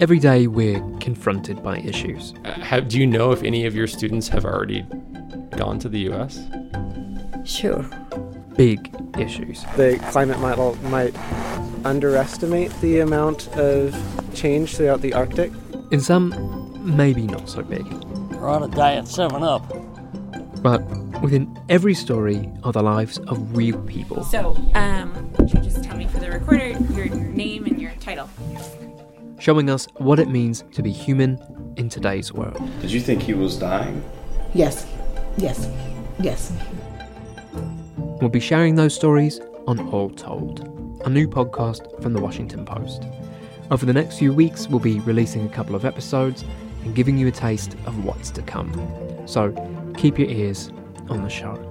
Every day we're confronted by issues. Uh, have, do you know if any of your students have already gone to the U.S.? Sure. Big issues. The climate model might underestimate the amount of change throughout the Arctic. In some, maybe not so big. We're on a diet 7 Up. But within every story are the lives of real people. So, um, would you just tell me for the recorder your name and your title? showing us what it means to be human in today's world. Did you think he was dying? Yes. Yes. Yes. We'll be sharing those stories on All Told, a new podcast from the Washington Post. Over the next few weeks, we'll be releasing a couple of episodes and giving you a taste of what's to come. So keep your ears on the show.